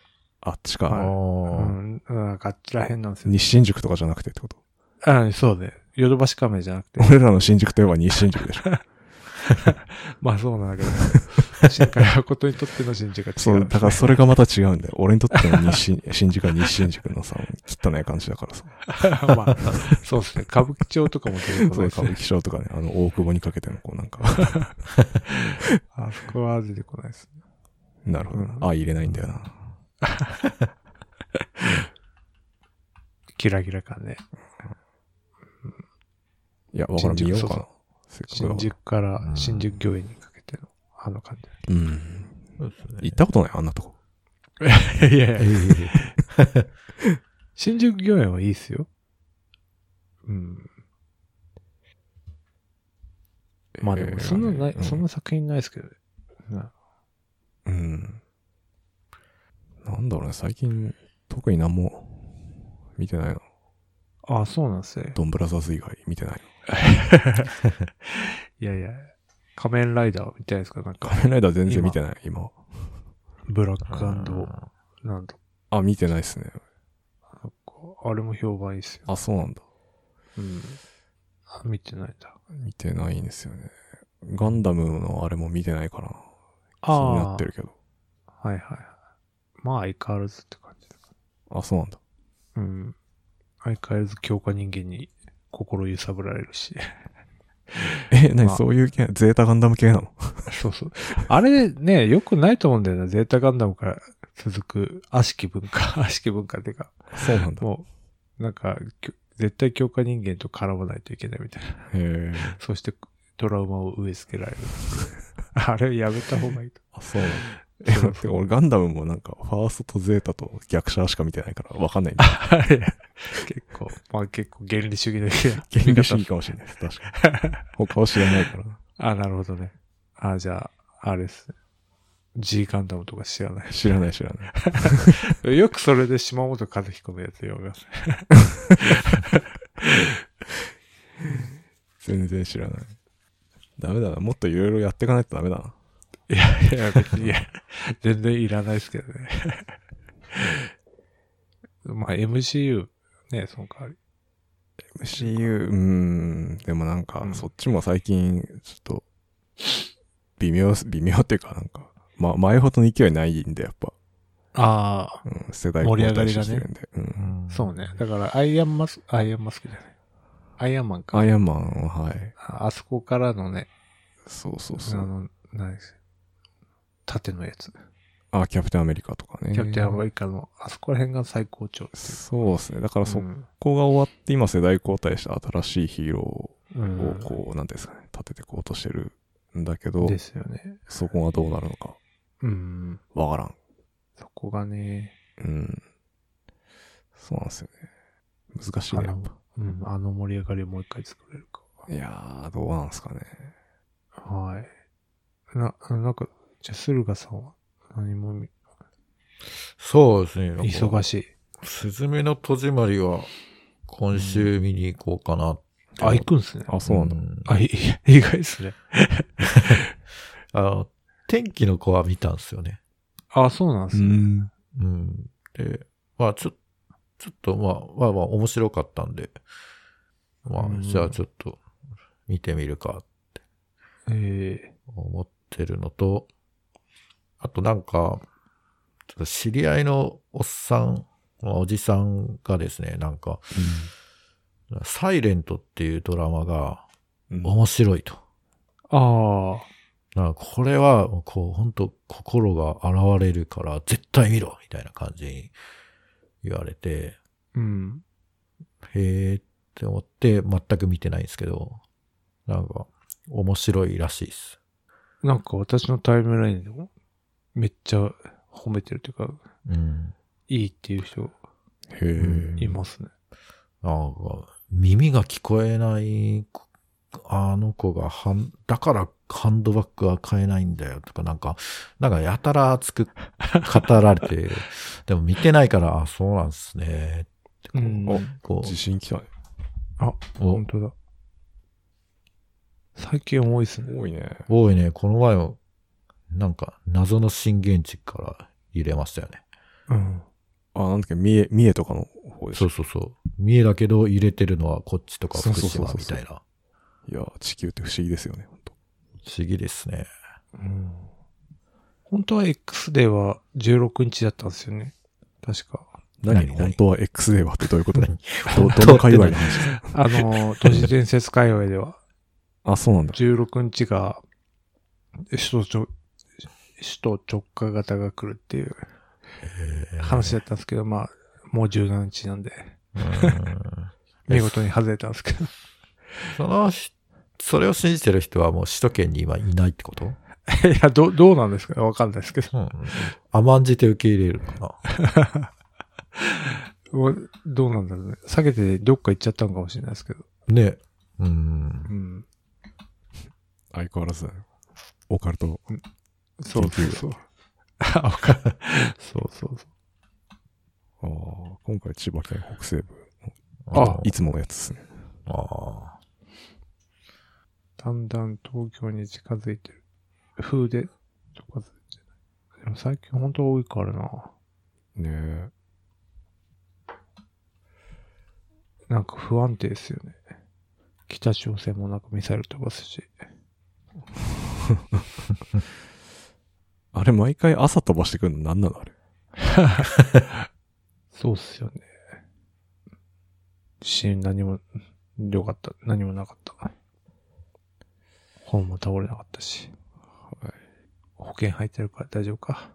Speaker 1: っち
Speaker 3: あ
Speaker 1: か。
Speaker 2: う
Speaker 3: ー
Speaker 2: ん。なんかあっちらへんなんですよ。
Speaker 1: 西新宿とかじゃなくてってこと
Speaker 2: あそうね。ヨドバシカメじゃなくて。
Speaker 1: 俺らの新宿といえば西新宿でしょ。
Speaker 2: まあそうなんだけど、新海誠にとっての新宿が違う。
Speaker 1: そう、だからそれがまた違うんだよ。俺にとっての日新新宿は日新宿のさ、汚い感じだからさ。
Speaker 2: まあ、そうですね。歌舞伎町とかも出てこ
Speaker 1: そう、
Speaker 2: ないです
Speaker 1: 歌
Speaker 2: ね
Speaker 1: 舞伎町とかね、あの、大久保にかけての、こうなん か、
Speaker 2: あそこは出てこないですね。
Speaker 1: なるほどな。あ、入れないんだよな。
Speaker 2: キラキラ感ね。
Speaker 1: いや、わからん、
Speaker 2: 新
Speaker 1: 見
Speaker 2: 宿
Speaker 1: ようか
Speaker 2: そう
Speaker 1: な。せっかくだ
Speaker 2: 新
Speaker 1: から。
Speaker 2: 宿か
Speaker 3: う
Speaker 2: ら
Speaker 3: ん
Speaker 2: 新宿御苑にかけての、あの感
Speaker 1: うん。
Speaker 3: そうですね
Speaker 1: 行ったことないあんなとこ。
Speaker 2: じ。いやい
Speaker 3: え
Speaker 2: や、
Speaker 3: え
Speaker 2: 新宿御苑はいいっすよ。うん。まあで
Speaker 1: 映画
Speaker 2: も、
Speaker 1: ね
Speaker 2: そんなない、
Speaker 1: うん
Speaker 2: そんな作品ないですけどね。な
Speaker 1: うん。なんだろうね、最近、特に何も、見てないの。
Speaker 2: あ、そうなんですね。
Speaker 1: ドンブラザーズ以外見てないの。
Speaker 2: いやいや、仮面ライダーみたいですかなんか、
Speaker 1: 仮面ライダー全然見てない、今は。
Speaker 2: ブラッ
Speaker 3: あ
Speaker 2: クアンド、
Speaker 3: ー
Speaker 2: なんとか、
Speaker 1: あ、見てないっすね。
Speaker 2: あれも評判いいっすよ。
Speaker 1: あ、そうなんだ。
Speaker 2: うん。あ見てないんだ。
Speaker 1: 見てないんですよね。ガンダムのあれも見てないから、気
Speaker 2: あ
Speaker 1: になってるけど。
Speaker 2: はいはいはい。まあ相変わらずって感じだか
Speaker 1: あ、そうなんだ。
Speaker 2: ら。うん。相変わらず強化人間に心揺さぶられるし。
Speaker 1: え、なに
Speaker 2: まあ
Speaker 1: そういう系、ゼータガンダム系なの
Speaker 2: そうそう。あれね、よくないと思うんだよな。ゼータガンダムから続く悪しき文化、 悪しき文化っていうか、
Speaker 1: そうなんだ。
Speaker 2: もう、なんか、きょ絶対強化人間と絡まないといけないみたいな。
Speaker 1: へえ。
Speaker 2: そしてトラウマを植え付けられる。 あれやめた方がいいと。
Speaker 1: あ、そうなんだ。え、待って、俺ガンダムもなんか、ファーストとゼータと逆者しか見てないから、わかんないんだ。
Speaker 2: あれ 結構、まあ結構原理主義的な
Speaker 1: 原理主義かもしれないです。確かに。他を知らないから。
Speaker 2: あ、なるほどね。あ、じゃあ、あれですね。G ガンダムとか知らな
Speaker 1: 知らない知らない。
Speaker 2: い。 よくそれで島本和彦のやつ読みますね。
Speaker 1: 全然知らない。ダメだな。もっといろいろやっていかないとダメだな。
Speaker 2: いやい や、別に、いや、全然いらないですけどね。 まあ、MCU、ね、その代わり。
Speaker 1: MCU、うーん、でもなんか
Speaker 2: う、ん
Speaker 1: そっちも最近、ちょっと、微妙、微妙っていうか、なんか、ま、前ほどの勢いないんで、やっぱ、
Speaker 2: あ
Speaker 1: うん、世代
Speaker 2: 盛り上がりがね
Speaker 1: 交代してきてるんで。うん。
Speaker 2: あ、そうね。だから、アイアンマスク、アイアンマスクじゃない。アイアンマンか。
Speaker 1: アイアンマンは、はい。
Speaker 2: ああそこからのね、
Speaker 1: そうそう
Speaker 2: あ
Speaker 1: そう。
Speaker 2: の、何です縦のやつ。
Speaker 1: あ、キャプテンアメリカとかね。
Speaker 2: キャプテンアメリカの、あそこら辺が最高潮っていう
Speaker 1: そうですね。だからそ
Speaker 2: うん
Speaker 1: こが終わって、今世代交代した新しいヒーロ
Speaker 2: う
Speaker 1: ー
Speaker 2: ん
Speaker 1: を、こう、なんていうんですかね、立ててこうとしてるんだけど、
Speaker 2: ですよね。
Speaker 1: そこがどうなるのか、
Speaker 2: うん。
Speaker 1: わからん。
Speaker 2: そこがね、
Speaker 1: うん。そうなんですよね。難しい
Speaker 2: あ
Speaker 1: ね、やっ
Speaker 2: の
Speaker 1: ぱ。、
Speaker 2: うん、あの盛り上がりをもう一回作れるか。
Speaker 1: いやー、どうなんですかね。
Speaker 2: はい。な、なんか、じゃあ、駿河さんは何も見
Speaker 3: そうですね。
Speaker 2: 忙しい。
Speaker 3: すずめの戸締まりは、今週見に行こうかな。
Speaker 2: あ、行くんすね。
Speaker 1: あ、そうなんだ。
Speaker 3: ん
Speaker 2: あ、い意外ですね。
Speaker 3: あの、天気の子は見たんですよね。
Speaker 2: あ、そうなんで
Speaker 1: う
Speaker 2: すね。
Speaker 1: ん。
Speaker 3: うん。で、まあ、ちょ、ちょっと、まあ、まあまあ、面白かったんで、ま
Speaker 2: うん
Speaker 3: あ、じゃあちょっと、見てみるか、
Speaker 2: え
Speaker 3: 思ってるのと、あとなんか、ちょっと知り合いのおっさん、まあおじさんがですね、なんか、サイレントっていうドラマが
Speaker 1: うん
Speaker 3: 面白いと。
Speaker 2: ー、あ
Speaker 3: なんかこれは、こう、本当心が現れるから、絶対見ろみたいな感じに言われて、
Speaker 2: あ、うん。
Speaker 3: へーって思って、全く見てないんですけど、なんか、面白いらしいです。
Speaker 2: なんか私のタイムラインでも、めっちゃ褒めてるというか、
Speaker 3: うん。
Speaker 2: いいっていう人
Speaker 1: へえ。
Speaker 2: いますね。
Speaker 3: なんか、耳が聞こえない、あの子がハン、だからハンドバッグは買えないんだよとか、なんか、なんかやたら熱く 語られて、でも見てないから、あ、そうなんですね。ってこう、
Speaker 2: うん
Speaker 1: お
Speaker 3: こ
Speaker 1: 自信きたね。
Speaker 3: う
Speaker 2: 本当だ。最近多いですね。
Speaker 1: 多いね。
Speaker 3: お多いね、この前も、なんか、謎の震源地から入れましたよね。
Speaker 2: うん。
Speaker 1: あ、なんだっけ、三重、三重とかの方でし
Speaker 3: そ
Speaker 1: ょ
Speaker 3: う。そうそう。三重だけど入れてるのはこっちとか
Speaker 1: そう
Speaker 3: 福
Speaker 1: そうそう
Speaker 3: 島
Speaker 1: そう
Speaker 3: みたいな。
Speaker 1: いやー、地球って不思議ですよね、本当
Speaker 3: 不思議ですね。
Speaker 2: うん、本当は X デーは16日だったんですよね。確か。
Speaker 1: 何
Speaker 3: 何
Speaker 1: 本当は X デーはってどういうことど、
Speaker 3: 何
Speaker 1: どの界隈の話
Speaker 2: あの、 都市伝説界隈では、
Speaker 1: あ、そうなんだ。
Speaker 2: 16日が、首都直、首都直下型が来るっていう話だったんですけど、まあ、もう17日なんで、
Speaker 3: うん
Speaker 2: 見事に外れたんですけ ど。
Speaker 3: そのし、それを信じてる人はもう首都圏に今いないってこと
Speaker 2: いや、どう、どうなんですかわかんないですけど。
Speaker 3: うん。甘んじて受け入れるかな。
Speaker 2: おどうなんだろうね。下げてどっか行っちゃったのかもしれないですけど。
Speaker 3: ね。う。
Speaker 2: うんん。
Speaker 1: 相変わらずだよ。オカルト。
Speaker 2: そうそうそう。 あ、わかんない。そうそうそ
Speaker 1: あ
Speaker 2: う。
Speaker 1: あ、今回千葉県北西部。
Speaker 2: あ
Speaker 1: いつものやつですね。
Speaker 3: ああ。
Speaker 2: だんだん東京に近づいてる。風で近づいてる。でも最近本当多いからな。
Speaker 1: ねえ。
Speaker 2: なんか不安定ですよね。北朝鮮もなんかミサイル飛ばすし。
Speaker 1: あれ、毎回朝飛ばしてくるの何なのあれ。
Speaker 2: そうっすよね。地震何も、良かった。何もなかった。本も倒れなかったし。
Speaker 1: はい
Speaker 2: 保険入ってるから大丈夫か。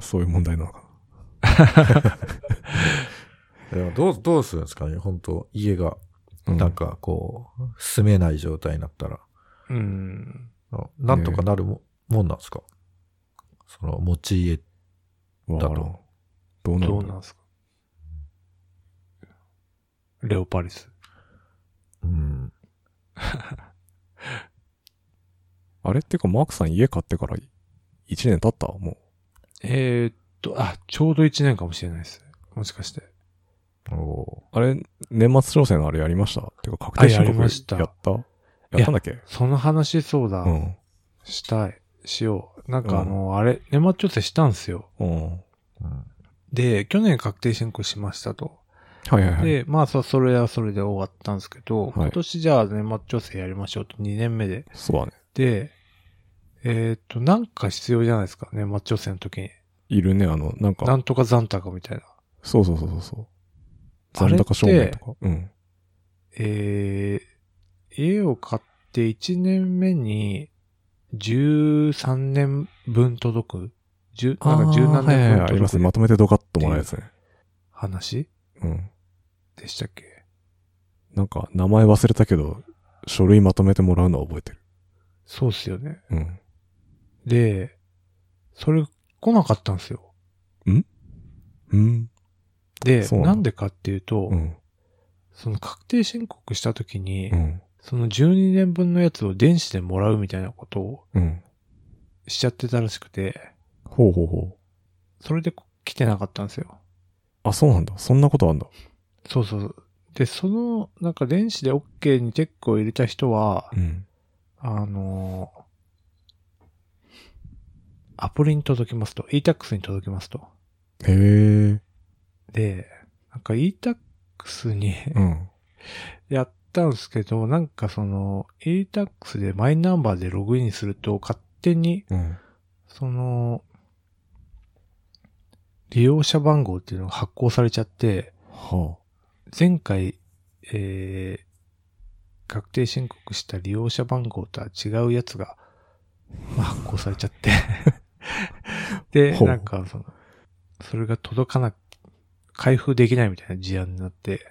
Speaker 1: そういう問題なのか
Speaker 3: でもどう、どうするんですかね本当家が、
Speaker 1: な。
Speaker 3: なんかこう、住めない状態になったら、
Speaker 2: うん。
Speaker 3: あなんとかなるも,、もんなんですかその、持ち家。
Speaker 1: うん、わからん
Speaker 3: だ
Speaker 1: どうなるの
Speaker 2: どうなんすか。レオパリス。
Speaker 3: うん。
Speaker 1: あれっていうか、マークさん家買ってから1年経ったも
Speaker 2: えーっと、あ、ちょうど1年かもしれないです。もしかして。
Speaker 3: お
Speaker 1: う。あれ、年末調整のあれやりましたっていうか、確定申
Speaker 2: あやり
Speaker 1: 告
Speaker 2: ました
Speaker 1: やったやったんだっけ
Speaker 2: その話、そうだ。
Speaker 1: うん。
Speaker 2: したい。しよう。なん
Speaker 1: うん
Speaker 2: かあの、あれ、年末調整したんすよ。
Speaker 1: うん。
Speaker 3: ーうん
Speaker 2: で、去年確定申告しましたと。
Speaker 1: はいはいはい。
Speaker 2: で、まあ、そそれはそれで終わったんですけど、
Speaker 1: い
Speaker 2: 今年じゃあ年末調整やりましょうと2年目で。
Speaker 1: そうだね。
Speaker 2: で、えーっと、なんか必要じゃないですか、年末調整の時に。
Speaker 1: いるね、あの、なん
Speaker 2: な
Speaker 1: か、
Speaker 2: んとか残高みたいな。
Speaker 1: そうそうそうそうそう。
Speaker 2: あ
Speaker 1: 残
Speaker 2: れって
Speaker 1: 高証明とか。うん。
Speaker 2: えー、家を買って1年目に13年分届く十なんか十何
Speaker 1: はいは
Speaker 2: 年
Speaker 1: いは
Speaker 2: 分
Speaker 1: いありま
Speaker 2: 届
Speaker 1: す
Speaker 2: く
Speaker 1: ね。まとめてドカッともらうやつね。
Speaker 2: 話
Speaker 1: うん。
Speaker 2: でしたっけ
Speaker 1: なんか、名前忘れたけど、書類まとめてもらうのは覚えてる。
Speaker 2: そうっすよね。
Speaker 1: うん。
Speaker 2: で、それ来なかったんですよ。
Speaker 1: うん。
Speaker 2: で、
Speaker 1: そうな
Speaker 2: な
Speaker 1: の
Speaker 2: んでかっていうと、
Speaker 1: うん。
Speaker 2: その確定申告した時に、
Speaker 1: うん。
Speaker 2: その12年分のやつを電子でもらうみたいなことを
Speaker 1: うん。
Speaker 2: しちゃってたらしくて、
Speaker 1: ほうほうほ
Speaker 2: それで来てなかったんですよ。
Speaker 1: う。あ、そうなんだ。そんなことあんだ。
Speaker 2: そうそう。で、その、なんか電子で OK にチェックを入れた人は、
Speaker 1: うん。
Speaker 2: あのアプリに届きますと、e-tax に届きますと。
Speaker 1: へえ。
Speaker 2: で、なんか e-tax に
Speaker 1: うん。
Speaker 2: やったんですけど、なんかその e-tax でマイナンバーでログインすると勝手に、
Speaker 1: うん。
Speaker 2: その、利用者番号っていうのが発行されちゃって、
Speaker 1: は
Speaker 2: 前回、えー、確定申告した利用者番号とは違うやつが、まあ、発行されちゃって。 で、
Speaker 1: ほう
Speaker 2: なんか、その、それが届かな、開封できないみたいな事案になって、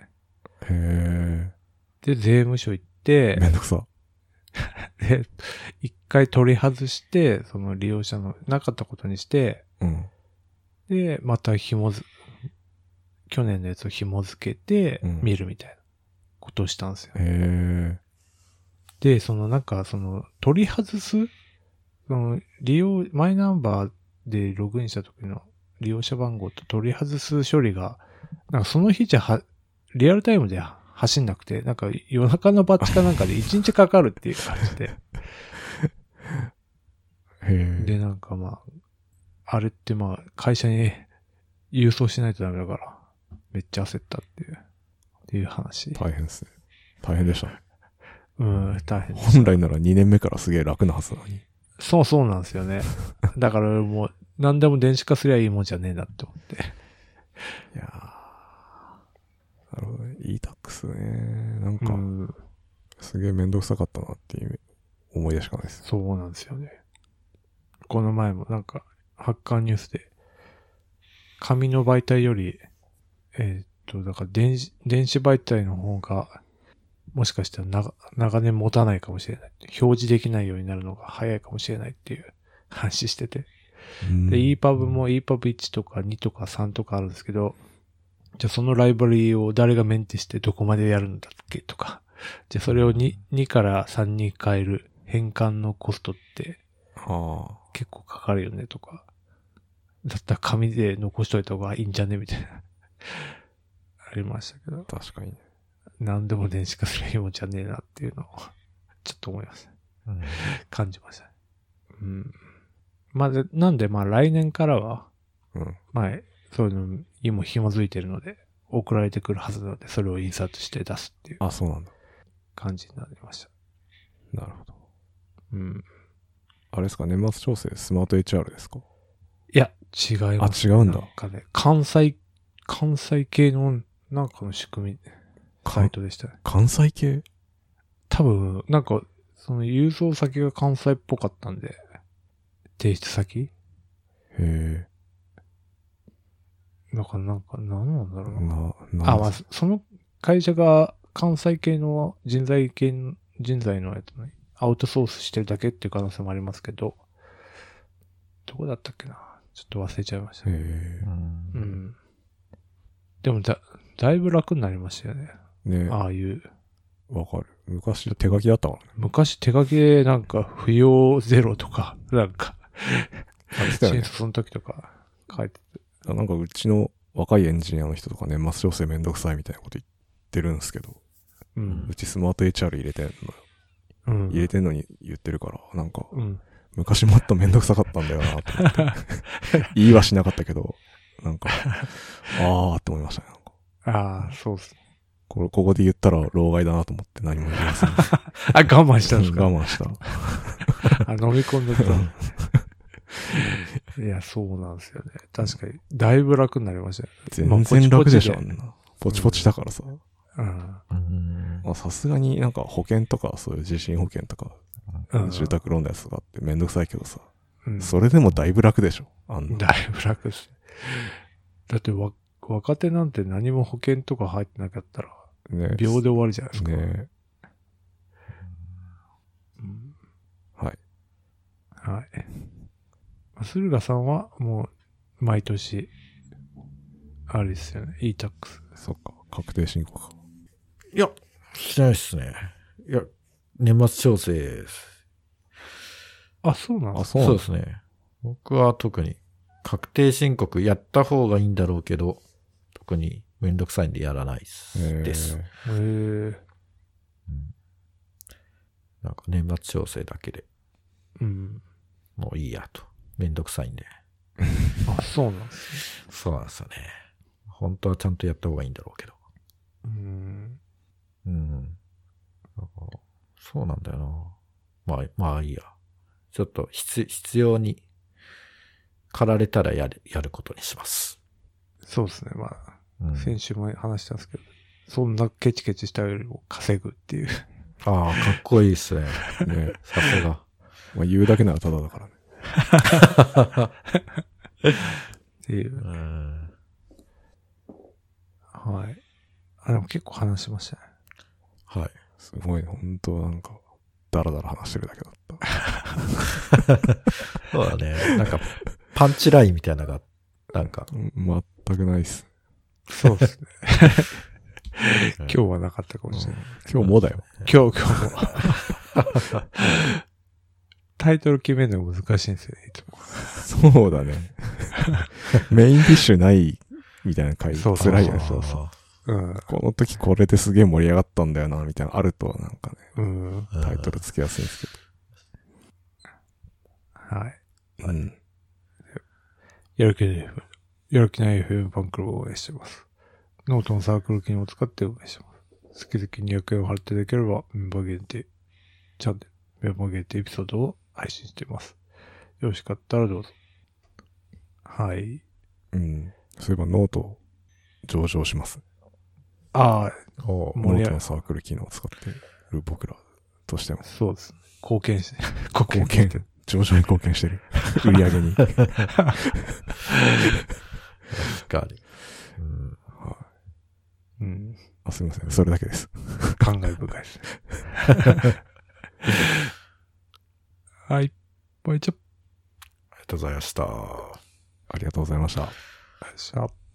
Speaker 1: あ。へえ。
Speaker 2: で、税務署行って
Speaker 1: め、んどくさ。
Speaker 2: で、一回取り外して、その利用者のなかったことにして、
Speaker 1: うん。
Speaker 2: で、また紐づ、去年のやつを紐付けて
Speaker 1: うん、
Speaker 2: 見るみたいなことをしたんですよ。
Speaker 1: へえ。
Speaker 2: で、そのなんか、その、取り外すその、利用、マイナンバーでログインした時の利用者番号と取り外す処理が、なんかその日じゃは、リアルタイムでは走んなくて、なんか夜中のバッチかなんかで1日かかるっていう感じで。
Speaker 1: へえ。
Speaker 2: で、なんかまあ、あれってまあ、会社に 郵送しないとダメだから、めっちゃ焦ったっていう、っていう話。
Speaker 1: 大変ですね。大変でしたね。
Speaker 2: うん、大変。
Speaker 1: 本来なら2年目からすげえ楽なはずなのに。
Speaker 2: そうそうなんですよね。だからもう、何でも電子化すりゃいいもんじゃねえなって思って。
Speaker 1: いやーなるほどね。e-tax ね。なんか、
Speaker 2: うん
Speaker 1: すげえめんどくさかったなっていう思い出しかないです。
Speaker 2: そうなんですよね。この前もなんか、ハッカーニュースで、紙の媒体より、えーっと、だから電子、電子媒体の方が、もしかしたら長長年持たないかもしれない。表示できないようになるのが早いかもしれないっていう話してて。で、EPUB も EPUB1 とか2とか3とかあるんですけど、じゃあそのライバリーを誰がメンテしてどこまでやるんだっけとか、じゃあそれを 2, 2から3に変える変換のコストって
Speaker 1: はあ。
Speaker 2: 結構かかるよねとか、だったら紙で残しといた方がいいんじゃねみたいな、 ありましたけど、
Speaker 1: 確かにね。
Speaker 2: 何でも電子化するようじゃねえなっていうのを、ちょっと思いました。
Speaker 3: うん
Speaker 2: 感じました。うん。まあ、でなんでまあ来年からは、
Speaker 1: うん。
Speaker 2: まあ、そういうのにも紐づいてるので、送られてくるはずなので、それを印刷して出すっていう
Speaker 1: あ、そうなんだ。
Speaker 2: 感じになりました。
Speaker 1: なるほど。
Speaker 2: うん。
Speaker 1: あれですか、年末調整スマート HR ですか
Speaker 2: いや、違い
Speaker 1: あ
Speaker 2: ま、す。
Speaker 1: 違うんだ
Speaker 2: なん。かね、関西、関西系のなんかの仕組み、サイ
Speaker 1: 関
Speaker 2: トでしたね。
Speaker 1: 関西系
Speaker 2: 多分、なんか、その郵送先が関西っぽかったんで、提出先
Speaker 1: へえ。
Speaker 2: なんか、なんか、なんなんだろうな。
Speaker 1: な、な、
Speaker 2: あ、まあ、そその会社が関西系の人材系の、人材のやつね、アウトソースしてるだけっていう可能性もありますけど、どこだったっけなちょっと忘れちゃいました
Speaker 1: へ
Speaker 2: ね。
Speaker 1: え
Speaker 3: う。
Speaker 2: うんん。でもだ、だいぶ楽になりましたよね。
Speaker 1: ね
Speaker 2: ああいう。
Speaker 1: わかる。昔手書きだったからね。
Speaker 2: 昔手書きでなんか、不要ゼロとか、 なんか、
Speaker 1: あれしたよ
Speaker 2: 新
Speaker 1: ね。
Speaker 2: 卒の時とか書いてて。
Speaker 1: あなんかうちの若いエンジニアの人とか年末調整めんどくさいみたいなこと言ってるんですけど、
Speaker 2: うん
Speaker 1: う。ちスマート HR 入れてんの、
Speaker 2: うん。
Speaker 1: 入れてんのに言ってるから、なんか、
Speaker 2: うん。
Speaker 1: 昔もっとめんどくさかったんだよなと思って。 言いはしなかったけど、なんか、あーって思いましたね。なんか
Speaker 2: ああ、そうっすね。
Speaker 1: これ、ここで言ったら老害だなと思って何も言いません。
Speaker 2: あ、我慢したんですか
Speaker 1: 我慢した。
Speaker 2: あ、飲み込んでた。いや、そうなんですよね。確かに、だいぶ楽になりましたよ。
Speaker 1: 全然楽でしょ、
Speaker 2: ま
Speaker 1: あ
Speaker 2: あ
Speaker 1: んな。ポチポチだからさ。
Speaker 2: うん。
Speaker 3: うん
Speaker 1: まあさすがになんか保険とか、そういう地震保険とか、
Speaker 2: うん
Speaker 1: 住宅ローンのやつとかってめんどくさいけどさ。
Speaker 2: うん、
Speaker 1: それでもだいぶ楽でしょ、あんな。
Speaker 2: だいぶ楽ですね。だってわ、若手なんて何も保険とか入ってなかったら、
Speaker 1: ね
Speaker 2: 秒で終わりじゃないですか。
Speaker 1: ね
Speaker 2: うん
Speaker 1: はい。
Speaker 2: はい。まあ駿河さんは、もう、毎年、あれですよね。e-tax。
Speaker 1: そっか、確定申告か。
Speaker 3: いや、してないっすね。いや、年末調整です。
Speaker 2: あ、そうなんで
Speaker 1: あ、
Speaker 2: す
Speaker 1: そうなん
Speaker 3: で
Speaker 1: です
Speaker 3: すね。僕は特に、確定申告やった方がいいんだろうけど、特にめんどくさいんでやらないっす
Speaker 1: ね。
Speaker 3: です。
Speaker 1: へ
Speaker 2: へえ。
Speaker 3: うんなんか年末調整だけで
Speaker 2: うん。
Speaker 3: もういいやと。めんどくさいんで。
Speaker 2: あ、そうなんです。
Speaker 3: そうなんですよね。本当はちゃんとやった方がいいんだろうけど。
Speaker 2: うん。
Speaker 3: うん。なんかそうなんだよな。まあ、まあいいや。ちょっと必必要に駆られたらやる、やることにします。
Speaker 2: そうですね。ま
Speaker 3: うん
Speaker 2: あ、先週も話したんですけど、そんなケチケチしたよりも稼ぐっていう。
Speaker 3: ああ、かっこいいっすね。ねさすが。
Speaker 1: まあ、言うだけならただだからね。
Speaker 2: って いう。
Speaker 3: うん。
Speaker 2: はい。あ、でも結構話しましたね。
Speaker 3: はい。
Speaker 1: すごい、本当なんか、だらだら話してるだけだった。
Speaker 3: そうだね。なんか、パンチラインみたいなのが、なんか、
Speaker 1: うん全くないっす。
Speaker 2: そうですね。
Speaker 3: 今
Speaker 2: 今日はなかったかもしれない。
Speaker 1: 今日もだよ。
Speaker 2: 今日、今日も。 タイトル決めるのが難しいんですよね、いつも。
Speaker 1: そうだね。メインディッシュないみたいな回、
Speaker 2: そうそう
Speaker 1: 辛いよね。
Speaker 2: そうそううん。
Speaker 1: この時これですげえ盛り上がったんだよな、みたいなのあると、なんかね、
Speaker 2: うん。
Speaker 3: うん
Speaker 1: タイトルつけやすいんです
Speaker 2: はい。
Speaker 1: けど。うん。
Speaker 2: やる気ない FM。やる気ない FM ファンクルブを応援してます。ノートのサークル機能を使って応援してます。好き好き200円を払っていただければ、メンバー限定チャンネル、メンバー限定エピソードを配信しています。よろしかったらどうぞ。はい。
Speaker 1: うん。そういえばノート、上場します。
Speaker 2: ああ、
Speaker 3: おう
Speaker 1: ノー
Speaker 2: 盛り上
Speaker 1: ト
Speaker 2: が
Speaker 1: のサークル機能を使ってる僕らとしても、
Speaker 2: そうですね。貢献して、貢
Speaker 1: 貢献、上場に貢献してる。売り上げに。
Speaker 3: 確かに。うん。
Speaker 2: うん。
Speaker 1: あすいません。それだけです。
Speaker 2: 感慨深いですね。はい。バイチャップ
Speaker 3: ありがとうございました。
Speaker 1: ありがとうございました。
Speaker 2: ありがとうございました。